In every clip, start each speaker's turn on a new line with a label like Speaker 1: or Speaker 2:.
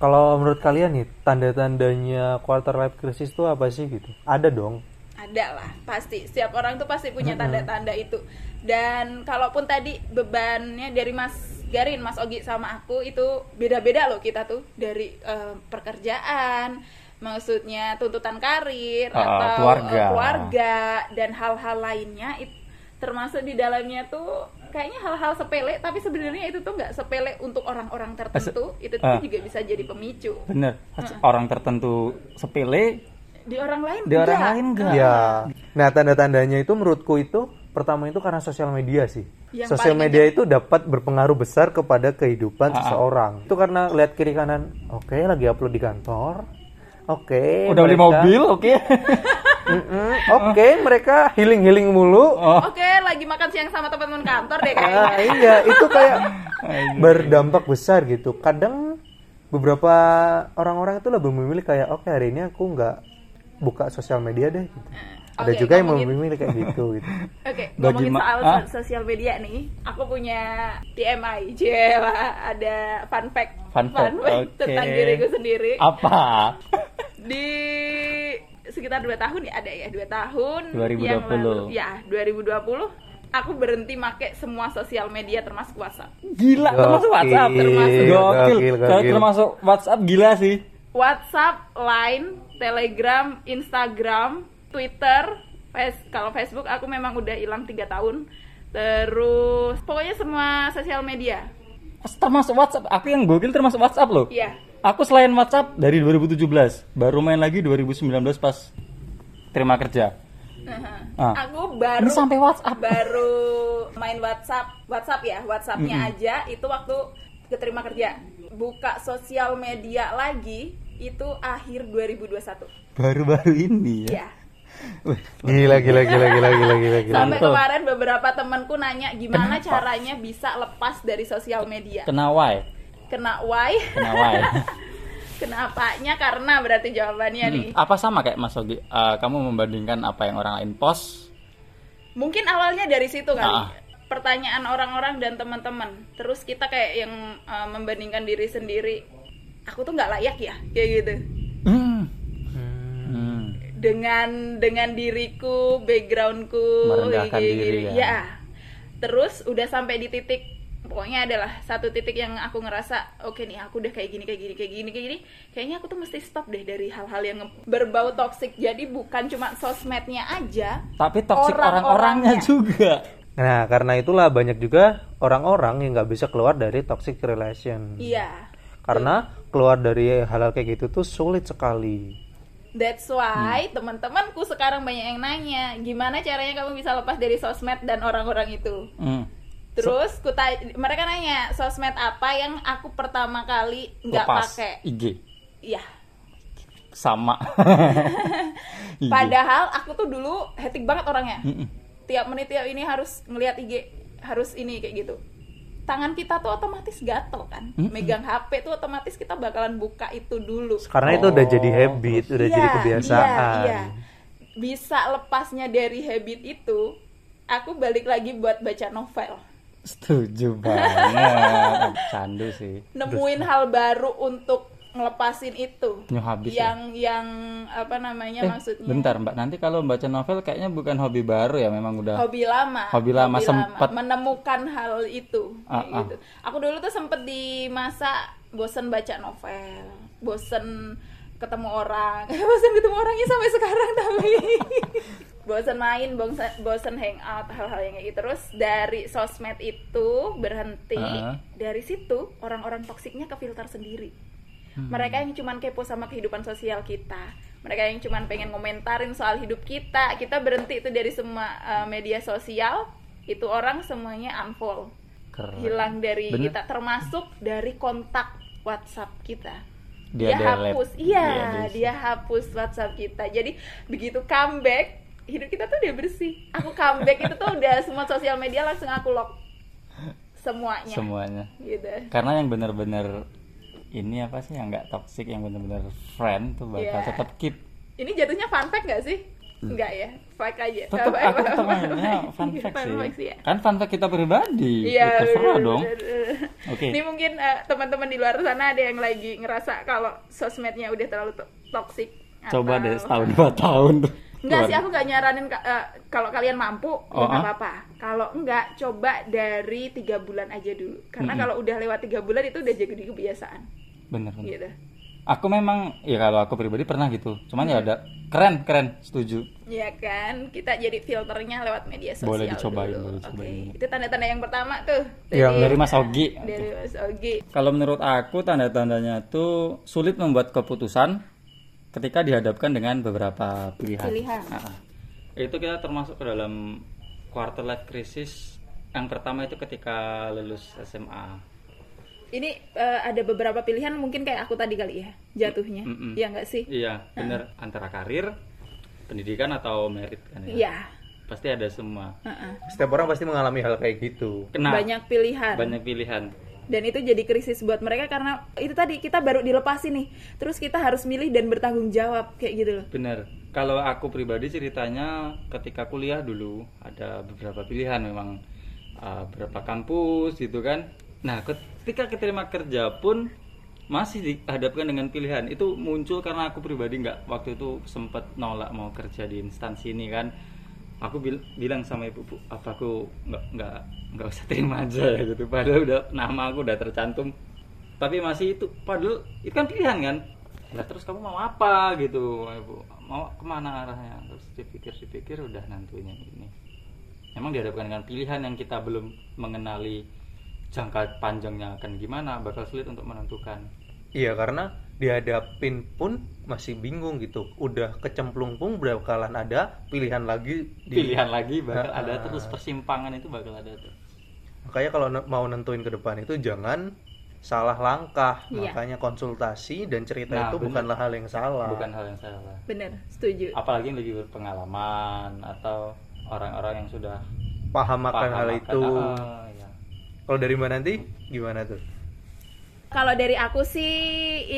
Speaker 1: Kalau menurut kalian nih, tanda-tandanya quarter life crisis itu apa sih gitu? Ada dong.
Speaker 2: ada lah pasti setiap orang tuh pasti punya tanda-tanda itu dan kalaupun tadi bebannya dari Mas Garin Mas Ogi sama aku itu beda-beda loh kita tuh dari eh, pekerjaan maksudnya tuntutan karir
Speaker 3: Ah,
Speaker 2: atau eh,
Speaker 3: keluarga.
Speaker 2: keluarga dan hal-hal lainnya it- termasuk di dalamnya tuh kayaknya hal-hal sepele tapi sebenarnya itu tuh nggak sepele untuk orang-orang tertentu itu tuh
Speaker 3: ah.
Speaker 2: juga bisa jadi pemicu
Speaker 3: Bener. Orang tertentu sepele,
Speaker 2: di orang lain
Speaker 3: di orang
Speaker 2: enggak.
Speaker 3: lain enggak.
Speaker 1: Ya. Nah, tanda-tandanya itu menurutku itu pertama itu karena sosial media sih.
Speaker 2: Yang
Speaker 1: sosial
Speaker 2: paling
Speaker 1: media itu dapat berpengaruh besar kepada kehidupan seseorang. Itu karena lihat kiri kanan, oke lagi upload di kantor. Oke.
Speaker 3: Udah beli
Speaker 1: Iya, mereka-
Speaker 3: mobil, oke.
Speaker 1: Mm-mm, Oke, mereka healing-healing mulu.
Speaker 2: Oke, lagi makan siang sama teman-teman kantor deh kayaknya.
Speaker 1: Ah, iya, itu kayak berdampak besar gitu. Kadang beberapa orang-orang itu lebih memilih kayak oke hari ini aku nggak buka sosial media deh. Gitu. Ada
Speaker 2: Oke,
Speaker 1: juga yang
Speaker 2: ngomongin-
Speaker 1: memilih kayak gitu gitu.
Speaker 2: Oke,
Speaker 3: Bagi
Speaker 2: ngomongin
Speaker 3: ma-
Speaker 2: soal
Speaker 3: Hah?
Speaker 2: so- sosial media nih, aku punya TMI, jela, ada fun fact,
Speaker 3: Fun fact, oke. Ah.
Speaker 2: tentang diriku sendiri.
Speaker 3: Apa?
Speaker 2: Di sekitar 2 tahun ya ada ya, 2 tahun yang
Speaker 3: 2020.
Speaker 2: lalu. Ya, 2020 aku berhenti make semua sosial media termasuk WhatsApp.
Speaker 3: Gila, termasuk WhatsApp.
Speaker 1: Termasuk.
Speaker 3: Gokil.
Speaker 1: Gokil,
Speaker 3: Kalau
Speaker 1: gokil.
Speaker 3: termasuk WhatsApp gila sih.
Speaker 2: WhatsApp, Line, Telegram, Instagram, Twitter, Face, kalau Facebook aku memang udah hilang tiga tahun. Terus pokoknya semua sosial media.
Speaker 3: Termasuk WhatsApp. Aku yang gokil termasuk WhatsApp loh.
Speaker 2: Iya.
Speaker 3: Aku selain WhatsApp dari 2017, baru main lagi 2019 pas terima kerja. Ah.
Speaker 2: Aku baru
Speaker 3: Ini sampai WhatsApp.
Speaker 2: baru main WhatsApp, WhatsApp ya, WhatsAppnya aja itu waktu keterima kerja. Buka sosial media lagi itu akhir 2021.
Speaker 3: Baru-baru ini ya.
Speaker 2: Iya.
Speaker 1: Gila gila gila gila gila gila.
Speaker 3: Iya,
Speaker 1: gila.
Speaker 2: Sampai
Speaker 3: Mantap.
Speaker 2: kemarin beberapa temanku nanya gimana caranya bisa lepas dari sosial media.
Speaker 3: Kena why?
Speaker 2: Kena why?
Speaker 3: Kena why?
Speaker 2: Kenapanya? Karena berarti jawabannya nih.
Speaker 3: Hmm. Apa sama kayak Mas Ogi? Eh, kamu membandingkan apa yang orang lain post?
Speaker 2: Mungkin awalnya dari situ kali.
Speaker 3: Ah.
Speaker 2: Pertanyaan orang-orang dan teman-teman. Terus kita kayak yang eh, membandingkan diri sendiri. Aku tuh nggak layak ya, kayak gitu.
Speaker 3: Hmm.
Speaker 1: Hmm.
Speaker 3: Hmm.
Speaker 2: Dengan dengan diriku, backgroundku,
Speaker 3: Merendahkan
Speaker 2: gini-gini.
Speaker 3: diri ya.
Speaker 2: Ya. Terus udah sampai di titik pokoknya adalah satu titik yang aku ngerasa oke nih aku udah kayak gini kayak gini kayak gini kayak gini kayaknya aku tuh mesti stop deh dari hal-hal yang nge- berbau toksik jadi bukan cuma sosmednya aja
Speaker 3: Tapi toksik
Speaker 2: Orang-orangnya.
Speaker 3: orang-orangnya juga.
Speaker 1: Nah karena itulah banyak juga orang-orang yang nggak bisa keluar dari toxic relation.
Speaker 2: Iya.
Speaker 1: Karena keluar dari hal-hal kayak gitu tuh sulit sekali.
Speaker 2: That's why teman-temanku sekarang banyak yang nanya, gimana caranya kamu bisa lepas dari sosmed dan orang-orang itu?
Speaker 3: Hmm.
Speaker 2: Terus kuta- mereka nanya, sosmed apa yang aku pertama kali nggak
Speaker 3: Lepas
Speaker 2: pakai?
Speaker 3: IG
Speaker 2: Iya.
Speaker 3: sama. IG.
Speaker 2: Padahal aku tuh dulu hetik banget orangnya.
Speaker 3: Mm-mm.
Speaker 2: Tiap menit tiap ini harus ngelihat IG, harus ini kayak gitu. Tangan kita tuh otomatis gatel kan. Megang HP tuh otomatis kita bakalan buka itu dulu.
Speaker 1: Karena itu udah jadi habit, udah
Speaker 2: Iya,
Speaker 1: jadi kebiasaan.
Speaker 2: iya, iya. Bisa lepasnya dari habit itu, aku balik lagi buat baca novel.
Speaker 3: Setuju banget. Candu sih.
Speaker 2: Nemuin hal baru untuk ngelepasin itu.
Speaker 3: Nyu habis ya?
Speaker 2: yang yang apa namanya
Speaker 3: Eh,
Speaker 2: Ya, maksudnya?
Speaker 3: Bentar Mbak, nanti kalau baca novel kayaknya bukan hobi baru ya, memang udah.
Speaker 2: Hobi lama.
Speaker 3: Hobi lama, sempet.
Speaker 2: menemukan hal itu
Speaker 3: Ah,
Speaker 2: kayak
Speaker 3: ah.
Speaker 2: gitu. Aku dulu tuh sempet di masa bosen baca novel, bosen ketemu orang, bosen ketemu orangnya sampai sekarang tapi bosen main, bosen, bosen hangout, hal-hal yang kayak gitu. Terus dari sosmed itu berhenti,
Speaker 3: Ah.
Speaker 2: dari situ orang-orang toksiknya ke filter sendiri.
Speaker 3: Hmm.
Speaker 2: Mereka yang cuman kepo sama kehidupan sosial kita, mereka yang cuman pengen komentarin soal hidup kita, kita berhenti itu dari semua eh, media sosial, itu orang semuanya unfollow,
Speaker 3: Keren.
Speaker 2: hilang dari
Speaker 3: Bener.
Speaker 2: kita, termasuk dari kontak WhatsApp kita. Dia,
Speaker 3: Dia delete.
Speaker 2: hapus,
Speaker 3: Dia
Speaker 2: iya,
Speaker 3: delete.
Speaker 2: dia hapus WhatsApp kita. Jadi begitu comeback, hidup kita tuh udah bersih. Aku comeback itu tuh udah semua sosial media langsung aku lock semuanya,
Speaker 3: Semuanya.
Speaker 2: gitu.
Speaker 3: Karena yang benar-benar ini apa sih yang nggak toxic, yang benar-benar friend tuh bakal
Speaker 2: Iya.
Speaker 3: tetap keep.
Speaker 2: Ini jatuhnya fun fact gak sih? Enggak ya, fuck aja.
Speaker 3: tetap
Speaker 2: Apa-
Speaker 3: Hmm. aku
Speaker 2: apa-
Speaker 3: tetap
Speaker 2: apa-
Speaker 3: mainnya
Speaker 2: apa-
Speaker 3: fun fact
Speaker 2: Iya, fun facts,
Speaker 3: sih
Speaker 2: ya.
Speaker 3: kan fun fact kita pribadi
Speaker 2: Iya,
Speaker 3: ya, terserah
Speaker 2: bener,
Speaker 3: dong
Speaker 2: bener.
Speaker 3: Oke.
Speaker 2: Ini mungkin eh, teman-teman di luar sana ada yang lagi ngerasa kalau sosmednya udah terlalu to- toksik.
Speaker 3: coba
Speaker 2: atau-
Speaker 3: deh setahun dua tahun
Speaker 2: Enggak
Speaker 3: Keluar.
Speaker 2: sih, aku nggak nyaranin ka- eh, kalau kalian mampu, ya
Speaker 3: Oh,
Speaker 2: nggak
Speaker 3: ah.
Speaker 2: apa-apa. Kalau enggak, coba dari tiga bulan aja dulu. Karena kalau udah lewat tiga bulan itu udah jadi kebiasaan.
Speaker 3: bener bener
Speaker 2: Gitu.
Speaker 3: aku memang ya kalau aku pribadi pernah gitu cuman ya ada keren keren setuju
Speaker 2: Iya kan, kita jadi filternya lewat media sosial.
Speaker 3: Boleh dicobain,
Speaker 2: dulu.
Speaker 3: boleh
Speaker 2: Oke.
Speaker 3: dicobain. Iya,
Speaker 2: Itu tanda-tanda yang pertama tuh.
Speaker 1: Yang
Speaker 3: dari Mas Ogi
Speaker 2: Dari Mas Ogi.
Speaker 3: Kalau menurut aku tanda-tandanya tuh sulit membuat keputusan ketika dihadapkan dengan beberapa pilihan.
Speaker 2: Pilihan.
Speaker 3: Ah, ah. Itu kita termasuk ke dalam quarter life crisis. Yang pertama itu ketika lulus SMA.
Speaker 2: Ini eh, ada beberapa pilihan mungkin kayak aku tadi kali ya, jatuhnya.
Speaker 3: Mm-mm.
Speaker 2: Iya nggak sih?
Speaker 3: Iya, bener antara karir, pendidikan atau merit kan ya.
Speaker 2: Ah. Iya.
Speaker 3: Pasti ada semua. Nah,
Speaker 2: Heeh.
Speaker 1: Setiap orang pasti mengalami hal kayak gitu.
Speaker 3: Kena
Speaker 2: Banyak
Speaker 3: banyak,
Speaker 2: pilihan.
Speaker 3: pilihan.
Speaker 2: dan itu jadi krisis buat mereka karena itu tadi kita baru dilepasin nih terus kita harus milih dan bertanggung jawab kayak gitu loh
Speaker 3: Bener. Kalau aku pribadi ceritanya ketika kuliah dulu ada beberapa pilihan memang eh, berapa kampus gitu kan. Nah ketika keterima kerja pun masih dihadapkan dengan pilihan itu muncul karena aku pribadi nggak waktu itu sempat nolak mau kerja di instansi ini kan. Aku bil- bilang sama ibu, "Bu, apa aku nggak nggak nggak usah terima aja ya gitu. Padahal udah nama aku udah tercantum tapi masih itu padahal itu kan pilihan kan lah terus kamu mau apa gitu ibu mau kemana arahnya terus dipikir-dipikir udah nantunya ini emang dihadapkan dengan pilihan yang kita belum mengenali jangka panjangnya akan gimana bakal sulit untuk menentukan
Speaker 1: Iya karena dihadapin pun masih bingung gitu. Udah kecemplung pun bakalan ada pilihan lagi di
Speaker 3: pilihan lagi bakal ada
Speaker 1: Ah.
Speaker 3: terus persimpangan itu bakal ada terus
Speaker 1: Makanya kalau ne- mau nentuin ke depan itu jangan salah langkah.
Speaker 2: Iya.
Speaker 1: Makanya konsultasi dan cerita
Speaker 3: Nah,
Speaker 1: itu
Speaker 3: bener.
Speaker 1: bukanlah hal yang salah.
Speaker 3: bukan hal yang salah
Speaker 2: bener setuju
Speaker 3: apalagi yang lebih berpengalaman atau orang-orang yang sudah
Speaker 1: Paham akan
Speaker 3: paham
Speaker 1: hal
Speaker 3: akan-
Speaker 1: itu.
Speaker 3: Ah, ya.
Speaker 1: Kalau dari Mbak nanti gimana tuh?
Speaker 2: kalau dari aku sih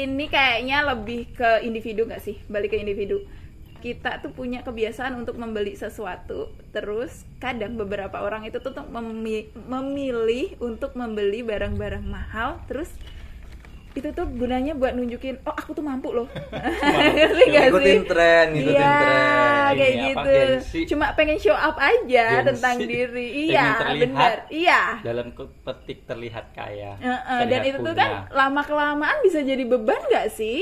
Speaker 2: ini kayaknya lebih ke individu nggak sih balik ke individu kita tuh punya kebiasaan untuk membeli sesuatu terus kadang beberapa orang itu tuh tuh memi- memilih untuk membeli barang-barang mahal terus itu tuh gunanya buat nunjukin oh aku tuh mampu loh ngerti nggak sih
Speaker 1: Ikutin tren, ngikutin
Speaker 2: Iya,
Speaker 1: tren.
Speaker 2: kayak
Speaker 3: Ini apa,
Speaker 2: gitu.
Speaker 3: gengsi?
Speaker 2: Cuma pengen show up aja
Speaker 3: Gengsi.
Speaker 2: tentang diri.
Speaker 3: Pengen
Speaker 2: Iya,
Speaker 3: terlihat.
Speaker 2: benar. Iya.
Speaker 3: dalam ke- petik terlihat kaya
Speaker 2: Heeh, Eh, dan
Speaker 3: terlihat
Speaker 2: itu tuh
Speaker 3: punya.
Speaker 2: kan lama kelamaan bisa jadi beban nggak sih?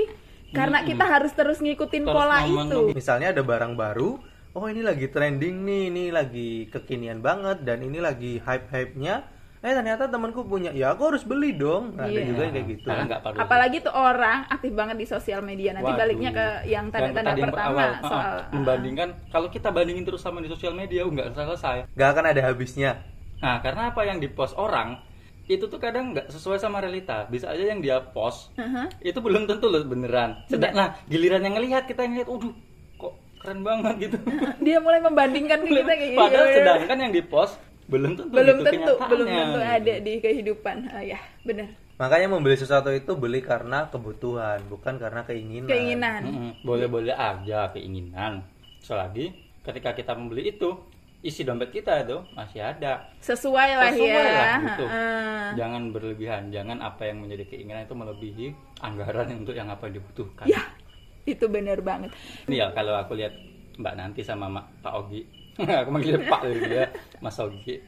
Speaker 2: Karena kita harus terus gitu ngikutin
Speaker 3: Terus
Speaker 2: pola
Speaker 3: ngomong
Speaker 2: itu.
Speaker 1: Misalnya ada barang baru, oh ini lagi trending nih, ini lagi kekinian banget dan ini lagi hype-hype-nya. Eh ternyata temanku punya, ya aku harus beli dong. Nah, Ada
Speaker 2: Iya.
Speaker 1: juga yang kayak gitu.
Speaker 3: Karena nggak perlu.
Speaker 2: Apalagi tuh orang aktif banget di sosial media. Nanti
Speaker 3: Waduh.
Speaker 2: baliknya ke yang tanda-tanda
Speaker 3: tadi yang
Speaker 2: pertama
Speaker 3: awal, ah,
Speaker 2: soal
Speaker 3: membandingkan kalau kita bandingin terus sama di sosial media oh, nggak selesai.
Speaker 1: Gak akan ada habisnya.
Speaker 3: Nah, karena apa yang dipost orang itu tuh kadang nggak sesuai sama realita. Bisa aja yang dia post
Speaker 2: Aha.
Speaker 3: itu belum tentu loh beneran.
Speaker 2: Iya.
Speaker 3: Sedang nah, giliran yang ngelihat kita yang lihat, "Waduh, kok keren banget gitu."
Speaker 2: dia mulai membandingkan ke kita kayak gitu.
Speaker 3: Padahal sedangkan yang dipost belum tentu
Speaker 2: belum
Speaker 3: gitu
Speaker 2: tentu, belum
Speaker 3: kenyataannya. Nah.
Speaker 2: tentu ada di kehidupan. Ah, ya, benar.
Speaker 1: Makanya membeli sesuatu itu beli karena kebutuhan, bukan karena keinginan.
Speaker 2: Keinginan.
Speaker 3: Mm-mm, Boleh-boleh aja keinginan. Selagi ketika kita membeli itu, isi dompet kita itu masih ada.
Speaker 2: sesuai lah
Speaker 3: Sesuai
Speaker 2: ya.
Speaker 3: lah gitu.
Speaker 2: Heeh.
Speaker 3: Jangan berlebihan, jangan apa yang menjadi keinginan itu melebihi anggaran untuk yang apa yang dibutuhkan.
Speaker 2: Ya, itu bener banget.
Speaker 3: Ini ya kalau aku lihat Mbak Nanti sama Mak- Pak Ogi, aku manggilnya Pak gitu ya, Mas Ogi,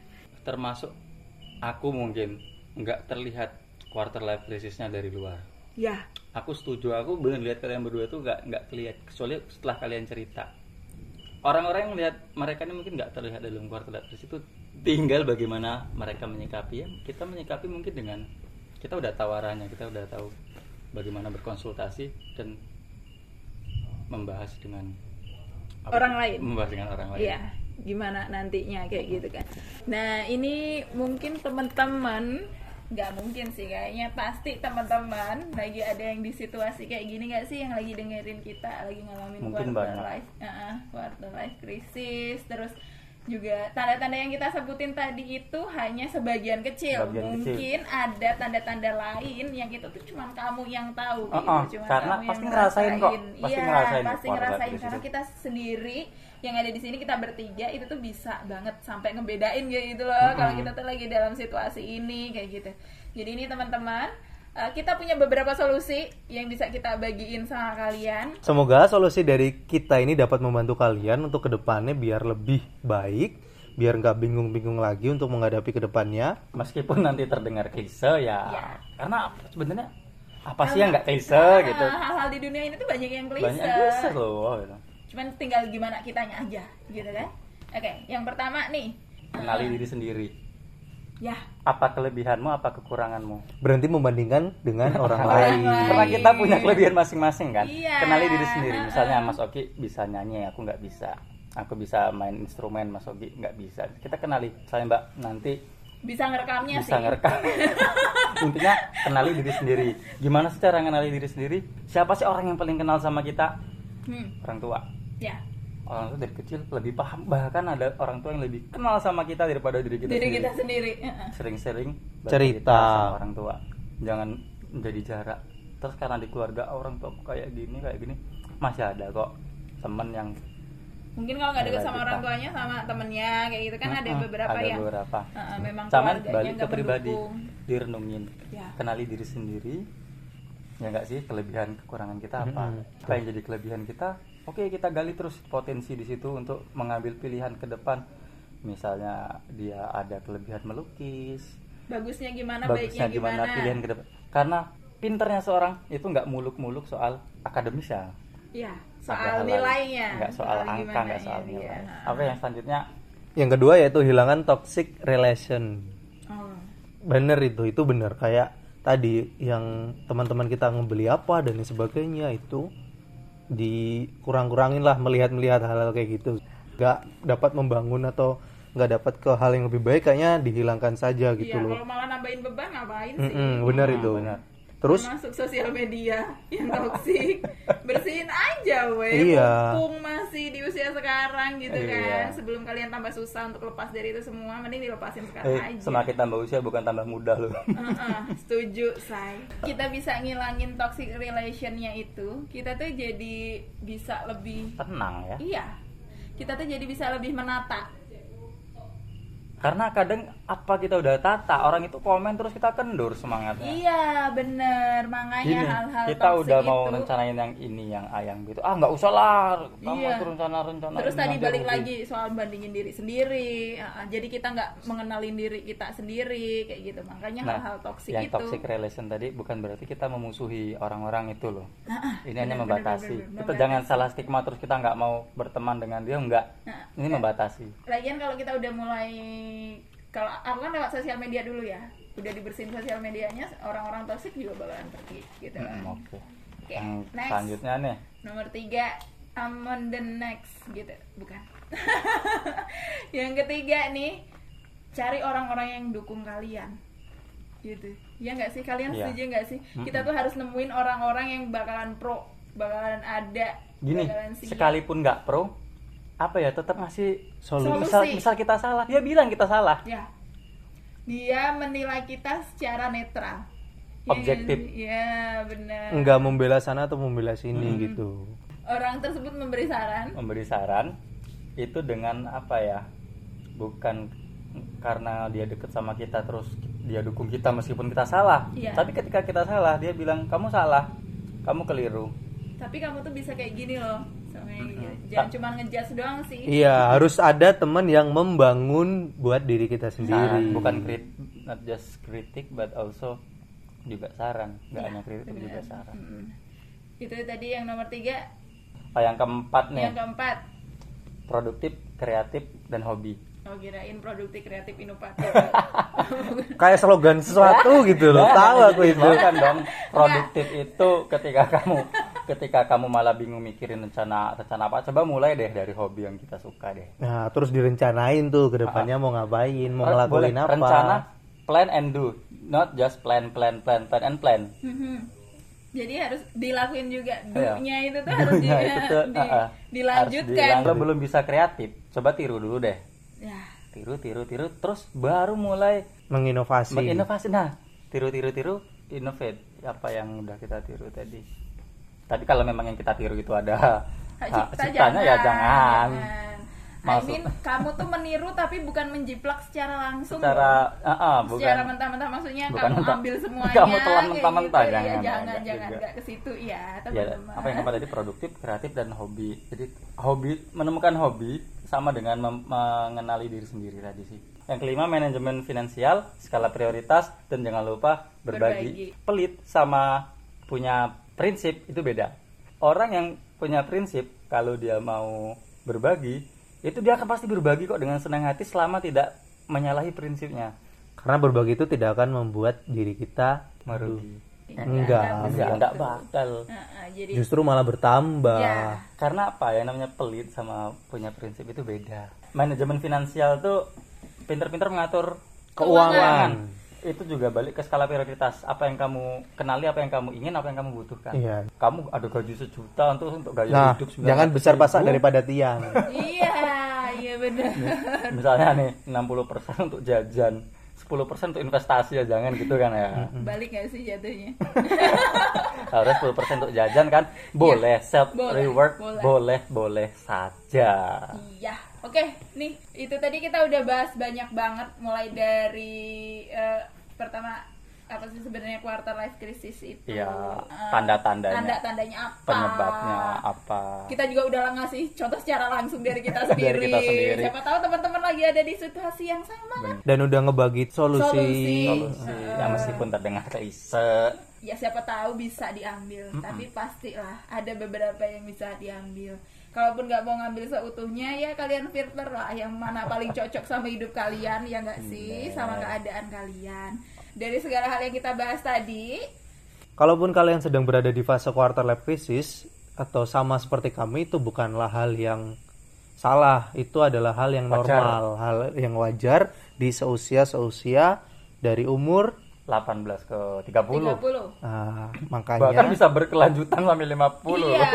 Speaker 3: termasuk aku mungkin nggak terlihat quarter life crisisnya dari luar.
Speaker 2: Ya,
Speaker 3: aku setuju aku bener lihat kalian berdua tuh nggak nggak terlihat kecuali setelah kalian cerita orang-orang yang lihat mereka ini mungkin nggak terlihat dalam quarter life crisis itu tinggal bagaimana mereka menyikapi ya kita menyikapi mungkin dengan kita udah tawarannya kita udah tahu bagaimana berkonsultasi dan membahas dengan apa
Speaker 2: Orang
Speaker 3: tuh?
Speaker 2: lain.
Speaker 3: membahas dengan orang lain
Speaker 2: ya. Gimana nantinya kayak gitu kan. Nah, ini mungkin teman-teman nggak mungkin sih kayaknya pasti teman-teman lagi ada yang di situasi kayak gini nggak sih yang lagi dengerin kita lagi ngalamin
Speaker 3: Mungkin
Speaker 2: quarter
Speaker 3: banyak.
Speaker 2: life uh-uh, quarter life krisis terus juga tanda-tanda yang kita sebutin tadi itu hanya sebagian kecil
Speaker 3: Sebagian
Speaker 2: mungkin ada tanda-tanda lain yang itu tuh cuma kamu yang tahu
Speaker 3: Oh,
Speaker 2: gitu.
Speaker 3: oh,
Speaker 2: Cuman
Speaker 3: karena
Speaker 2: kamu
Speaker 3: pasti
Speaker 2: yang
Speaker 3: ngerasain kok.
Speaker 2: ngerasain.
Speaker 3: Pasti
Speaker 2: iya
Speaker 3: ngerasain
Speaker 2: pasti
Speaker 3: keluarga
Speaker 2: ngerasain
Speaker 3: dari
Speaker 2: karena
Speaker 3: situ.
Speaker 2: kita sendiri yang ada di sini kita bertiga itu tuh bisa banget sampai ngebedain kayak gitu loh kalau kita tuh lagi dalam situasi ini kayak gitu jadi ini teman-teman eh, kita punya beberapa solusi yang bisa kita bagiin sama kalian
Speaker 1: Semoga solusi dari kita ini dapat membantu kalian untuk kedepannya biar lebih baik, biar nggak bingung-bingung lagi untuk menghadapi kedepannya.
Speaker 3: Meskipun nanti terdengar klise ya,
Speaker 2: Iya.
Speaker 3: karena sebenarnya apa sih yang nggak klise
Speaker 2: Ah,
Speaker 3: gitu?
Speaker 2: hal-hal di dunia ini tuh banyak yang klise
Speaker 3: Banyak yang klise loh. Gitu.
Speaker 2: cuman tinggal gimana kitanya aja gitu kan oke yang pertama nih
Speaker 3: Kenali diri sendiri.
Speaker 2: ya
Speaker 3: Apa kelebihanmu, apa kekuranganmu?
Speaker 1: Berhenti membandingkan dengan orang
Speaker 3: Karena-
Speaker 1: lain.
Speaker 3: Karena kita punya kelebihan masing-masing kan.
Speaker 2: Iya.
Speaker 3: Kenali diri sendiri. Misalnya Mas Oki bisa nyanyi, aku nggak bisa. Aku bisa main instrumen, Mas Oki nggak bisa. Kita kenali. Misalnya Mbak nanti
Speaker 2: bisa ngerekamnya
Speaker 3: bisa
Speaker 2: Iya sih
Speaker 3: ngerekam. Intinya kenali diri sendiri. Gimana sih cara kenali diri sendiri? Siapa sih orang yang paling kenal sama kita?
Speaker 2: Hmm,
Speaker 3: Orang tua.
Speaker 2: ya
Speaker 3: Orang tua dari kecil lebih paham. Bahkan ada orang tua yang lebih kenal sama kita daripada diri kita
Speaker 2: diri
Speaker 3: sendiri.
Speaker 2: kita sendiri Heeh.
Speaker 3: sering-sering bercerita
Speaker 1: Cerita.
Speaker 3: sama orang tua jangan menjadi jarak terus karena di keluarga orang tua kayak gini kayak gini masih ada kok temen yang
Speaker 2: mungkin kalau nggak deket
Speaker 3: Nilai
Speaker 2: sama
Speaker 3: Iya, kita.
Speaker 2: orang tuanya sama temennya kayak gitu kan ada
Speaker 3: "Mm-mm,
Speaker 2: beberapa
Speaker 3: Hmm, ada
Speaker 2: yang
Speaker 3: beberapa
Speaker 2: Heeh, memang
Speaker 3: cuman
Speaker 2: keluarganya
Speaker 3: balik ke
Speaker 2: nggak
Speaker 3: pribadi
Speaker 2: mendukung.
Speaker 3: direnungin
Speaker 2: Ya.
Speaker 3: kenali diri sendiri ya nggak sih kelebihan kekurangan kita apa apa yang jadi kelebihan kita oke kita gali terus potensi di situ untuk mengambil pilihan ke depan misalnya dia ada kelebihan melukis
Speaker 2: bagusnya gimana
Speaker 3: bagusnya
Speaker 2: baiknya
Speaker 3: gimana,
Speaker 2: gimana,
Speaker 3: pilihan ke depan karena pinternya seorang itu nggak muluk-muluk soal akademis ya
Speaker 2: ya
Speaker 3: Padahal
Speaker 2: soal nilainya
Speaker 3: nggak soal
Speaker 2: Soal
Speaker 3: angka
Speaker 2: gimana
Speaker 3: nggak soal
Speaker 2: ini,
Speaker 3: nilai
Speaker 2: ya.
Speaker 3: apa yang selanjutnya
Speaker 1: Yang kedua yaitu hilangan toxic relation.
Speaker 2: Oh.
Speaker 1: Bener itu, itu bener. Kayak tadi yang teman-teman kita ngebeli apa dan lain sebagainya itu dikurang-kurangin lah melihat-melihat hal-hal kayak gitu. Gak dapat membangun atau gak dapat ke hal yang lebih baik kayaknya dihilangkan saja gitu
Speaker 2: Iya,
Speaker 1: loh.
Speaker 2: kalau malah nambahin beban ngapain sih?
Speaker 1: Mm-mm, bener itu.
Speaker 3: Iya, bener.
Speaker 1: Terus
Speaker 2: masuk sosial media yang toksik bersihin aja weh
Speaker 1: Iya.
Speaker 2: mumpung masih di usia sekarang gitu kan
Speaker 3: Iya.
Speaker 2: sebelum kalian tambah susah untuk lepas dari itu semua mending dilepasin sekarang
Speaker 3: eh,
Speaker 2: aja
Speaker 3: semakin tambah usia bukan tambah muda loh
Speaker 2: Heeh, setuju say kita bisa ngilangin toxic relationnya itu kita tuh jadi bisa lebih
Speaker 3: tenang ya
Speaker 2: iya kita tuh jadi bisa lebih menata
Speaker 3: karena kadang apa kita udah tata orang itu komen terus kita kendur semangatnya
Speaker 2: iya bener makanya
Speaker 3: Ya. Gini,
Speaker 2: hal-hal
Speaker 3: kita
Speaker 2: toxic
Speaker 3: udah mau
Speaker 2: itu
Speaker 3: rencanain yang ini yang ayang gitu ah nggak usah lah kamu
Speaker 2: Iya.
Speaker 3: itu rencana-rencana
Speaker 2: Terus
Speaker 3: ini
Speaker 2: tadi
Speaker 3: nanti
Speaker 2: balik
Speaker 3: rugi.
Speaker 2: lagi soal bandingin diri sendiri. Ah, ah, jadi kita nggak mengenalin diri kita sendiri kayak gitu. Makanya
Speaker 3: Nah,
Speaker 2: hal-hal toksik
Speaker 3: yang
Speaker 2: itu.
Speaker 3: toxic relation tadi bukan berarti kita memusuhi orang-orang itu loh. ini hanya
Speaker 2: bener,
Speaker 3: membatasi.
Speaker 2: bener, bener,
Speaker 3: Kita jangan salah stigma terus kita nggak mau berteman dengan dia enggak.
Speaker 2: Nah,
Speaker 3: Ini membatasi.
Speaker 2: Lagian kalau kita udah mulai kalau aku kan lewat sosial media dulu ya. Udah dibersihin sosial medianya, orang-orang toksik juga bakalan pergi gitu. loh.
Speaker 3: Hmm, Oke.
Speaker 2: Oke,
Speaker 3: Yang
Speaker 2: next.
Speaker 3: selanjutnya nih.
Speaker 2: Nomor tiga, I'm on the next gitu, bukan? yang ketiga nih, cari orang-orang yang dukung kalian, gitu. Ya nggak sih kalian
Speaker 3: Iya.
Speaker 2: setuju nggak sih? Kita tuh harus nemuin orang-orang yang bakalan pro, bakalan ada,
Speaker 3: Gini,
Speaker 2: bakalan siap.
Speaker 3: sekalipun nggak pro, apa ya tetap ngasih
Speaker 1: Solusi.
Speaker 3: Misal, misal kita salah, dia bilang kita salah.
Speaker 2: Ya, dia menilai kita secara netral, Ya,
Speaker 3: Objektif.
Speaker 2: Ya benar.
Speaker 1: nggak membela sana atau membela sini gitu.
Speaker 2: Orang tersebut memberi saran.
Speaker 3: Memberi saran itu dengan apa ya? Bukan karena dia deket sama kita terus dia dukung kita meskipun kita salah.
Speaker 2: Iya.
Speaker 3: Tapi ketika kita salah, dia bilang kamu salah. Kamu keliru.
Speaker 2: tapi kamu tuh bisa kayak gini loh sama yang gitu. jangan cuma ngejudge doang sih
Speaker 1: Iya, harus ada teman yang membangun buat diri kita
Speaker 3: saran
Speaker 1: sendiri.
Speaker 3: bukan krit not just kritik but also juga saran nggak
Speaker 2: Iya.
Speaker 3: hanya kritik tapi juga saran
Speaker 2: Mm. itu tadi yang nomor tiga
Speaker 3: oh yang keempat nih
Speaker 2: yang keempat
Speaker 3: produktif kreatif dan hobi
Speaker 2: oh kirain produktif kreatif inovatif
Speaker 1: Kayak slogan sesuatu gitu loh. Tahu aku itu.
Speaker 3: bukan dong produktif itu ketika kamu ketika kamu malah bingung mikirin rencana rencana apa coba mulai deh dari hobi yang kita suka deh
Speaker 1: Nah, terus direncanain tuh ke depannya mau ngapain, mau ngelakuin
Speaker 3: Ah, Boleh,
Speaker 1: apa.
Speaker 3: rencana plan and do not just plan plan plan plan and plan
Speaker 2: Mhm. jadi harus dilakuin juga
Speaker 3: Iya.
Speaker 2: dunia itu tuh harus
Speaker 1: Nah,
Speaker 3: Dunia
Speaker 2: juga
Speaker 3: itu tuh,
Speaker 2: Iya, di-
Speaker 3: ah, ah. Harus
Speaker 2: dilanjutkan
Speaker 3: dilang- Kalau belum bisa kreatif coba tiru dulu deh
Speaker 2: ya
Speaker 3: tiru tiru tiru terus baru mulai
Speaker 1: menginovasi
Speaker 3: menginovasi nah tiru tiru tiru innovate apa yang udah kita tiru tadi tapi kalau memang yang kita tiru itu ada
Speaker 2: Hak
Speaker 3: hak
Speaker 2: cipta
Speaker 3: ciptanya ya jangan
Speaker 2: I
Speaker 3: Maksud-
Speaker 2: mean, kamu tuh meniru tapi bukan menjiplak secara langsung.
Speaker 3: cara
Speaker 2: loh.
Speaker 3: ah, ah,
Speaker 2: secara
Speaker 3: bukan
Speaker 2: mentah-mentah maksudnya
Speaker 3: bukan
Speaker 2: kamu
Speaker 3: mentah.
Speaker 2: ambil semuanya.
Speaker 3: Kamu telan
Speaker 2: kayak
Speaker 3: mentah-mentah,
Speaker 2: gitu, ya,
Speaker 3: jangan,
Speaker 2: jangan,
Speaker 3: enggak
Speaker 2: jangan,
Speaker 3: juga.
Speaker 2: enggak ke situ ya,
Speaker 3: ya
Speaker 2: teman-teman.
Speaker 3: apa yang kamu tadi produktif kreatif dan hobi jadi hobi menemukan hobi sama dengan mem- mengenali diri sendiri tadi sih yang kelima manajemen finansial skala prioritas dan jangan lupa berbagi, pelit sama punya prinsip itu beda orang yang punya prinsip kalau dia mau berbagi itu dia akan pasti berbagi kok dengan senang hati selama tidak menyalahi prinsipnya
Speaker 1: karena berbagi itu tidak akan membuat diri kita
Speaker 3: merugi
Speaker 1: enggak
Speaker 3: enggak enggak bakal
Speaker 2: Iya, kan? Heeh, jadi
Speaker 1: justru malah bertambah
Speaker 2: ya,
Speaker 3: Karena apa ya namanya pelit sama punya prinsip itu beda. Manajemen finansial tuh pinter-pinter mengatur
Speaker 1: keuangan
Speaker 3: itu juga balik ke skala prioritas apa yang kamu kenali apa yang kamu ingin apa yang kamu butuhkan
Speaker 1: Iya.
Speaker 3: kamu ada gaji sejuta untuk untuk gaya
Speaker 1: nah
Speaker 3: hidup
Speaker 1: jangan
Speaker 3: 900
Speaker 1: besar pasak
Speaker 3: ribu.
Speaker 1: daripada tiang
Speaker 2: iya, iya benar.
Speaker 3: misalnya nih 60% untuk jajan 10% untuk investasi ya jangan gitu kan ya
Speaker 2: Balik gak sih jatuhnya?
Speaker 3: harus 10% untuk jajan kan
Speaker 1: Iya.
Speaker 3: boleh self
Speaker 2: boleh,
Speaker 3: reward
Speaker 2: boleh.
Speaker 3: boleh boleh saja
Speaker 1: Ah.
Speaker 2: Iya, oke. Nih, itu tadi kita udah bahas banyak banget, mulai dari eh, pertama apa sih sebenarnya quarter life crisis itu?
Speaker 3: Iya,
Speaker 2: Eh,
Speaker 3: tanda-tandanya.
Speaker 2: Tanda-tandanya apa?
Speaker 3: penyebabnya apa
Speaker 2: Kita juga udah lah ngasih contoh secara langsung dari kita
Speaker 3: Dari
Speaker 2: sendiri.
Speaker 3: kita sendiri.
Speaker 2: Siapa tahu teman-teman lagi ada di situasi yang sama kan?
Speaker 1: dan udah ngebagi solusi,
Speaker 2: Solusi.
Speaker 3: solusi ya meskipun terdengar klise
Speaker 2: Ya siapa tahu bisa diambil, tapi pastilah ada beberapa yang bisa diambil. Kalaupun nggak mau ngambil seutuhnya ya kalian filter lah yang mana paling cocok sama hidup kalian ya nggak sih sama keadaan kalian. Dari segala hal yang kita bahas tadi,
Speaker 1: Kalaupun kalian sedang berada di fase quarter life crisis atau sama seperti kami itu bukanlah hal yang salah, itu adalah hal yang normal, hal yang wajar di seusia-seusia dari umur
Speaker 3: 18 ke 30
Speaker 2: 30.
Speaker 1: ah,
Speaker 3: bahkan
Speaker 1: makanya
Speaker 3: bisa berkelanjutan sampai 50
Speaker 2: Iya, eh,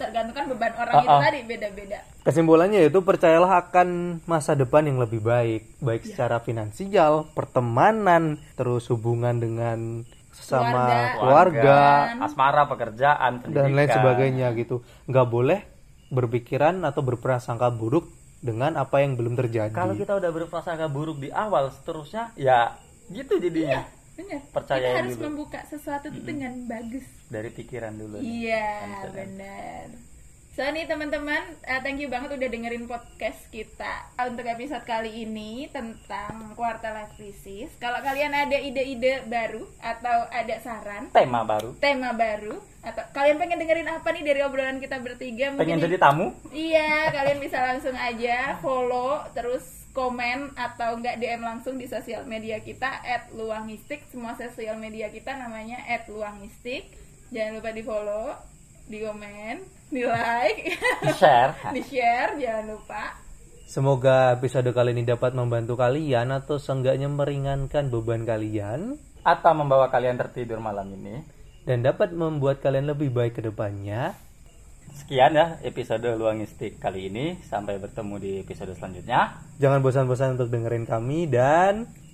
Speaker 2: tergantung kan beban orang itu tadi beda-beda.
Speaker 1: kesimpulannya yaitu percayalah akan masa depan yang lebih baik, baik secara finansial, pertemanan, terus hubungan dengan sesama
Speaker 3: Iya
Speaker 1: keluarga
Speaker 3: kan? asmara pekerjaan
Speaker 1: dan lain
Speaker 3: pendidikan.
Speaker 1: sebagainya gitu nggak boleh berpikiran atau berprasangka buruk dengan apa yang belum terjadi
Speaker 3: kalau gitu- kita udah berprasangka buruk di awal seterusnya ya gitu jadinya
Speaker 2: Bener.
Speaker 3: Percaya
Speaker 2: kita harus
Speaker 3: dulu.
Speaker 2: membuka sesuatu tuh dengan bagus.
Speaker 3: dari pikiran dulu nih.
Speaker 2: Iya, benar. So nih teman-teman, eh, thank you banget udah dengerin podcast kita eh, untuk episode kali ini tentang quarter life crisis. Kalau kalian ada ide-ide baru atau ada saran
Speaker 3: tema baru
Speaker 2: tema baru atau kalian pengen dengerin apa nih dari obrolan kita bertiga
Speaker 3: pengen
Speaker 2: mungkin
Speaker 3: jadi tamu
Speaker 2: Iya, kalian bisa langsung aja follow terus komen atau enggak DM langsung di sosial media kita @luangistik. Semua sosial media kita namanya @luangistik. Jangan lupa di follow, di komen, di like,
Speaker 3: di share
Speaker 2: di share. Jangan lupa.
Speaker 1: semoga episode kali ini dapat membantu kalian atau seenggaknya meringankan beban kalian
Speaker 3: atau membawa kalian tertidur malam ini
Speaker 1: dan dapat membuat kalian lebih baik ke depannya
Speaker 3: sekian ya episode luangistik kali ini sampai bertemu di episode selanjutnya
Speaker 1: jangan bosan-bosan untuk dengerin kami dan